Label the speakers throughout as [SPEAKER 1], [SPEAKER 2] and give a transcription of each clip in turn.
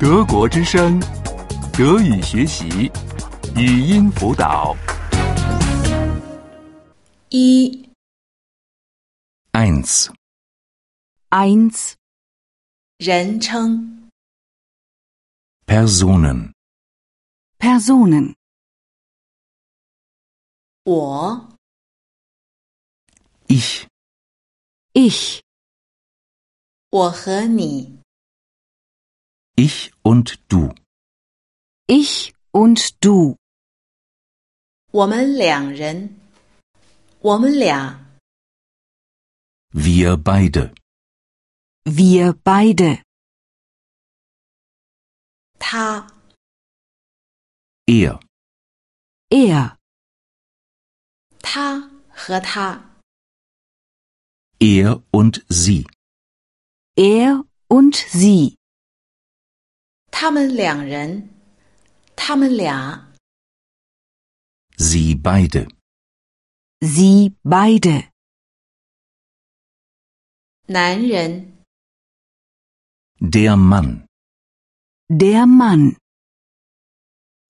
[SPEAKER 1] 德国之声，德语学习，语音辅导。
[SPEAKER 2] 一
[SPEAKER 3] 1.
[SPEAKER 4] 1.
[SPEAKER 2] 人称
[SPEAKER 3] Personen.
[SPEAKER 4] Personen.
[SPEAKER 2] 我
[SPEAKER 3] Ich,
[SPEAKER 4] Ich,
[SPEAKER 2] 我和你
[SPEAKER 3] ich und du.
[SPEAKER 4] ich und du.
[SPEAKER 2] 我们两人我们俩
[SPEAKER 3] Wir beide.
[SPEAKER 4] Wir beide.
[SPEAKER 2] 他
[SPEAKER 3] Er,
[SPEAKER 4] Er,
[SPEAKER 2] 他和他
[SPEAKER 3] er und sie.
[SPEAKER 4] er und sie.
[SPEAKER 2] 他们两人他们俩
[SPEAKER 3] Sie beide.
[SPEAKER 4] Sie beide.
[SPEAKER 2] 男人
[SPEAKER 3] Der Mann,
[SPEAKER 4] Der Mann,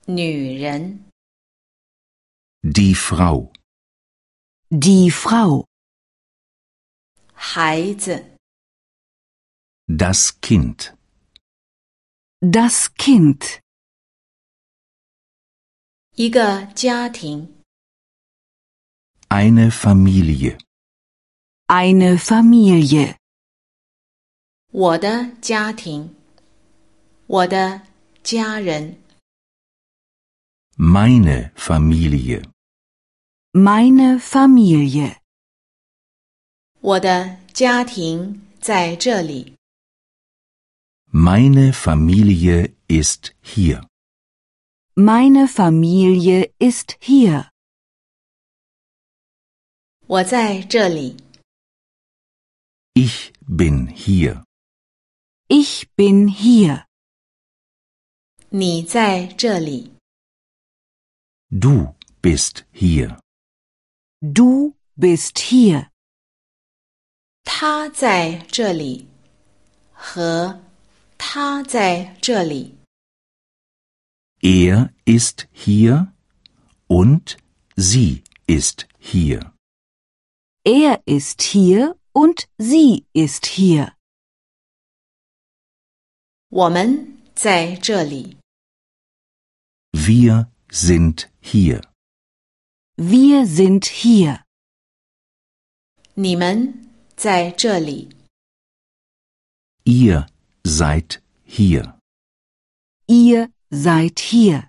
[SPEAKER 2] 女人
[SPEAKER 3] die Frau,
[SPEAKER 4] die Frau,
[SPEAKER 2] 孩子
[SPEAKER 3] das Kind.
[SPEAKER 4] das Kind.
[SPEAKER 2] 一个家庭
[SPEAKER 3] Eine Familie.
[SPEAKER 4] Eine Familie.
[SPEAKER 2] 我的家庭我的家人
[SPEAKER 3] Meine Familie.
[SPEAKER 4] Meine Familie.
[SPEAKER 2] 我的家庭在这里。
[SPEAKER 3] Meine Familie ist hier.
[SPEAKER 4] Meine Familie ist hier.
[SPEAKER 2] 我在这里，
[SPEAKER 3] Ich bin hier.
[SPEAKER 4] Ich bin hier.
[SPEAKER 2] 你在这里，
[SPEAKER 3] Du bist hier.
[SPEAKER 4] Du bist hier.
[SPEAKER 2] 他在这里，和他在这里，
[SPEAKER 3] Er ist hier und sie ist hier.
[SPEAKER 4] Er ist hier und sie ist hier.
[SPEAKER 2] 我们在这里，
[SPEAKER 3] Wir sind hier.
[SPEAKER 4] Wir sind hier.
[SPEAKER 2] 你们在这里，
[SPEAKER 3] Ihr seid hier.
[SPEAKER 4] Ihr seid hier.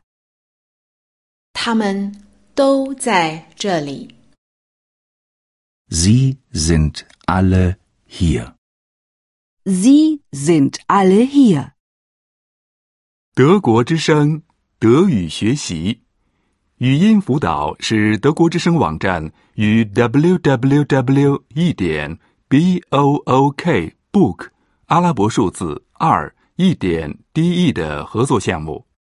[SPEAKER 2] 他们都在这里，
[SPEAKER 3] Sie sind alle hier.
[SPEAKER 4] Sie sind alle hier.
[SPEAKER 1] 德国之声，德语学习，语音辅导是德国之声网站与 www. 一点 b o o k book 阿拉伯数字二一点 d e 的合作项目。